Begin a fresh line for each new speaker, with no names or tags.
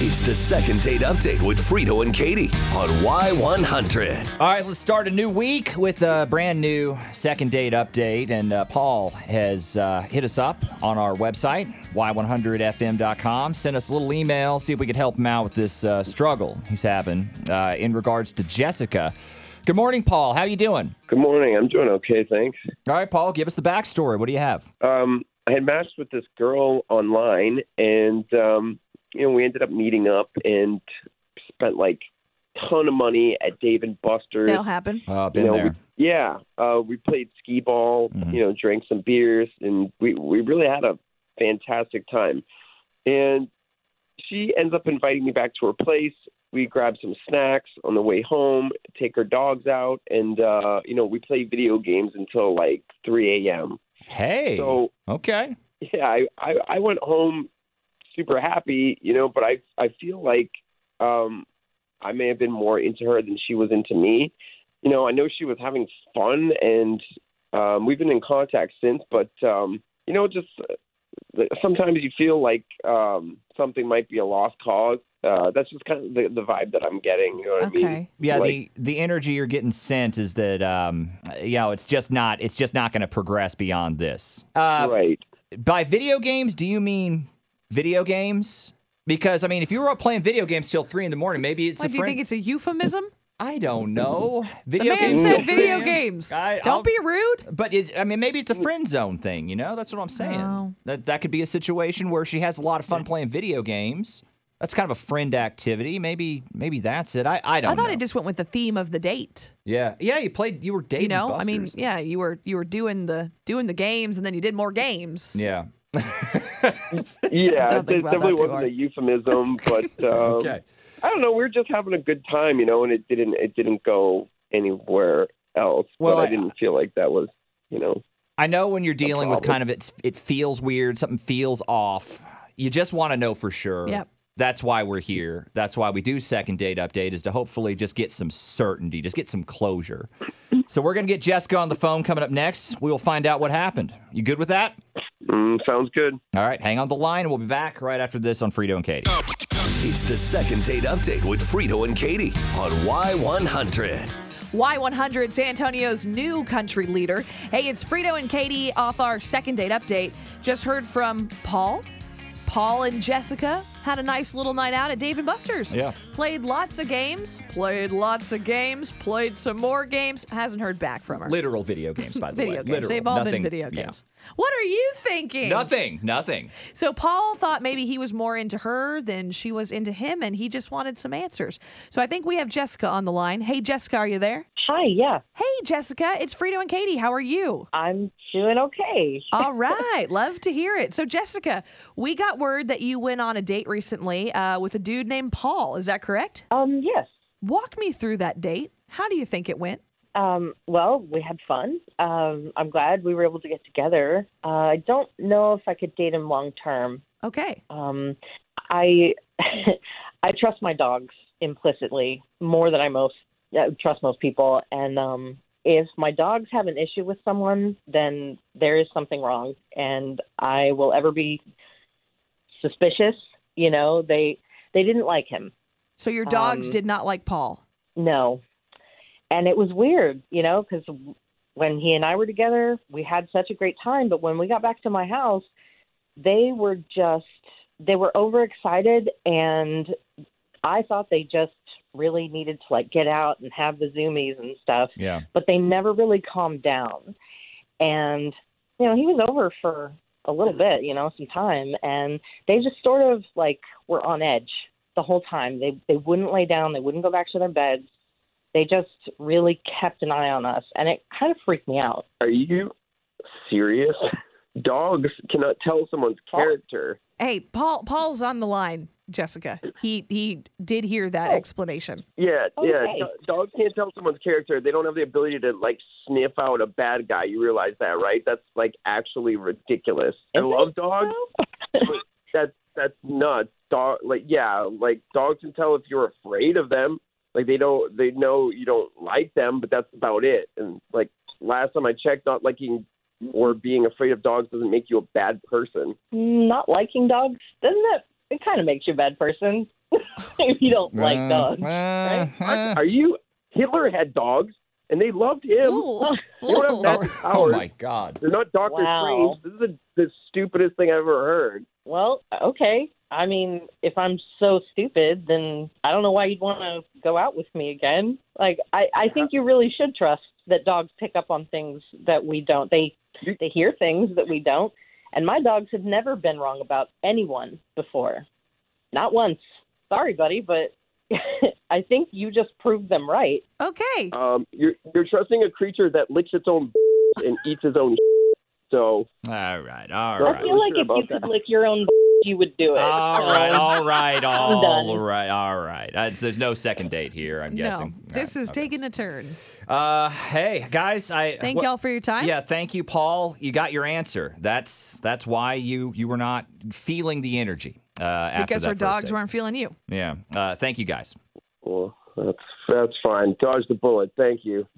It's the second date update with Frito and Katie on Y100.
All right, let's start a new week with a brand new second date update. And uh, Paul has uh, hit us up on our website, y100fm.com. Sent us a little email, see if we could help him out with this uh, struggle he's having uh, in regards to Jessica. Good morning, Paul. How you doing?
Good morning. I'm doing okay, thanks.
All right, Paul, give us the backstory. What do you have?
Um, I had matched with this girl online, and um, you know we ended up meeting up and spent like ton of money at Dave and Buster's.
That'll happen.
Uh,
You
been
know,
there. Mm-hmm.
We, yeah, uh, we played skee ball. You know, drank some beers, and we we really had a fantastic time. And she ends up inviting me back to her place. We grab some snacks on the way home, take our dogs out, and uh, you know we play video games until like 3 a.m.
Hey.
So
okay.
yeah, I, I, I went home super happy, you know, but I I feel like um I may have been more into her than she was into me. You know, I know she was having fun and um we've been in contact since, but um you know, just uh, the- sometimes you feel like um something might be a lost cause. Uh that's just kind of the, the vibe that I'm getting, you know what I mean?
Okay.
Yeah,
Like-
the the energy you're getting sent is that um, you know it's just not it's just not going to progress beyond this. Uh,
right.
By video games, do you mean video games? Because I mean, if you were up playing video games till three in the morning, maybe it's
Why
a
do you
friend.
think it's a euphemism?
I don't know.
The
Video
man
games till
said
3
video
a.m.
games.
I-
Don't
I'll-
be rude.
But it's, I mean, maybe it's a friend zone thing. You know, that's what I'm saying.
No.
That that could be a situation where she has a lot of fun playing video games. That's kind of a friend activity. Maybe maybe that's it. I I don't.
I thought
know.
it just went with the theme of the date.
Yeah, yeah. You played. You were dating.
You know, I mean,
Busters.
yeah, you were you were doing the doing the games, and then you did more games.
yeah.
Yeah,
Don't think
it
about
definitely
that too
wasn't a euphemism, but um, I don't know. We were just having a good time, you know, and it didn't it didn't go anywhere else.
Well,
but I,
I-
didn't feel like that was, you know.
I know when you're dealing with
problem.
kind of it's it feels weird, something feels off. You just want to know for sure.
Yep.
That's why we're here. That's why we do second date update is to hopefully just get some certainty, just get some closure. So we're gonna get Jessica on the phone coming up next. We will find out what happened. You good with that?
Mm, sounds good.
All right, hang on the line. We'll be back right after this on Frito and Katie.
Oh.
It's the second date update with Frito and Katie on Y100.
Y100, San Antonio's new country leader. Hey, it's Frito and Katie off our second date update. Just heard from Paul. Paul and Jessica had a nice little night out at Dave and Buster's.
Yeah.
Played lots of games, played lots of games, played some more games. Hasn't heard back from her.
Literal video games, by the
video
way.
games.
Literal.
They've all been
Nothing-
video
yeah.
games. What are you thinking?
Nothing. Nothing.
So Paul thought maybe he was more into her than she was into him, and he just wanted some answers. So I think we have Jessica on the line. Hey, Jessica, are you there?
Hi, yeah.
Hey, Jessica, it's Frito and Katie. How are you?
I'm doing okay.
All right, love to hear it. So, Jessica, we got word that you went on a date recently uh, with a dude named Paul. Is that correct?
Um, yes.
Walk me through that date. How do you think it went?
Um, well, we had fun. Um, I'm glad we were able to get together. Uh, I don't know if I could date him long term.
Okay.
Um, I I trust my dogs implicitly more than I most uh, trust most people. And um, if my dogs have an issue with someone, then there is something wrong, and I will ever be suspicious. You know, they they didn't like him.
So, your dogs
Um,
did not like Paul.
No. And it was weird, you know, because when he and I were together, we had such a great time. But when we got back to my house, they were just, they were overexcited. And I thought they just really needed to like get out and have the zoomies and stuff.
Yeah.
But they never really calmed down. And, you know, he was over for a little bit, you know, some time. And they just sort of like were on edge the whole time. They, they wouldn't lay down, they wouldn't go back to their beds they just really kept an eye on us and it kind of freaked me out
Are you serious? Dogs cannot tell someone's character.
Hey, Paul. Paul's on the line, Jessica. He he did hear that explanation.
Yeah, yeah.
Okay.
do- Dogs can't tell someone's character. They don't have the ability to like sniff out a bad guy. You realize that, right? That's like actually ridiculous. I
Is it?
love dogs. but that's that's nuts. Dog, like yeah, like dogs can tell if you're afraid of them. Like they don't, they know you don't like them, but that's about it. And like last time I checked, not liking or being afraid of dogs doesn't make you a bad person.
not liking dogs doesn't that it kind of makes you a bad person if you don't like
Uh,
dogs.
uh, uh,
Are you? Hitler had dogs, and they loved him.
Ooh.
You don't have
Ooh.
magic
oh, oh
powers.
my God.
They're not Doctor
Wow.
Strange. This is the, the stupidest thing I've ever heard.
Well, okay. I mean, if I'm so stupid, then I don't know why you'd want to go out with me again. Like, I, I think you really should trust that dogs pick up on things that we don't. They they hear things that we don't. And my dogs have never been wrong about anyone before, not once. Sorry, buddy, but I think you just proved them right.
Okay.
Um, you're you're trusting a creature that licks its own and eats its own. So
All right. All
Well,
I
right.
feel like
sure
if you
about
could
that.
lick your own, you would do it.
All right,
Um,
all right, all
done.
right, all right. Uh, so there's no second date here, I'm
No,
guessing. All
this
right,
is
okay.
taking a turn.
Uh, hey guys, I
Thank
wha-
y'all for your time.
Yeah, thank you, Paul. You got your answer. That's that's why you you were not feeling the energy. Uh, after
because
that
our
first
dogs
date.
weren't feeling you.
Yeah. Uh, thank you guys.
well, that's that's fine. Dodge the bullet. Thank you.